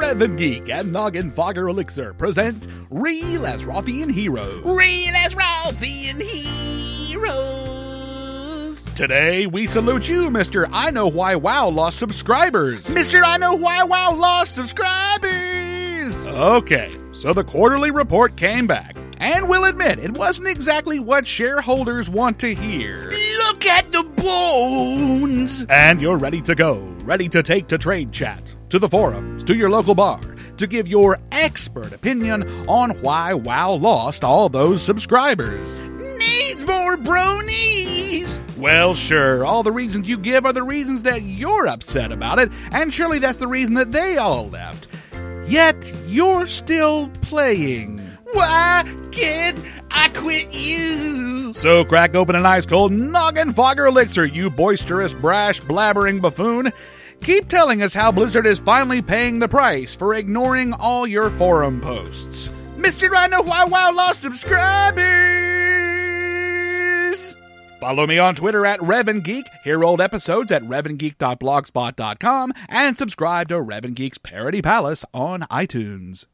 Seven Geek and Noggin Fogger Elixir present Real as Rothian Heroes. Real as Rothian heroes. Today we salute you, Mr. I Know Why Wow lost subscribers. Mr. I Know Why Wow lost subscribers. Okay, so the quarterly report came back. And we'll admit, it wasn't exactly what shareholders want to hear. Look at the bones. And you're ready to go, ready to take to trade chat, to the forums, to your local bar, to give your expert opinion on why WoW lost all those subscribers. Needs more bronies. Well, sure, all the reasons you give are the reasons that you're upset about it, and surely that's the reason that they all left. Yet, you're still playing. Why can't I quit you? So crack open an ice cold noggin fogger elixir, you boisterous, brash, blabbering buffoon. Keep telling us how Blizzard is finally paying the price for ignoring all your forum posts. Mr. I Know Why Wow lost subscribers. Follow me on Twitter at RevanGeek, hear old episodes at RevanGeek.blogspot.com, and subscribe to Revan Geek's Parody Palace on iTunes.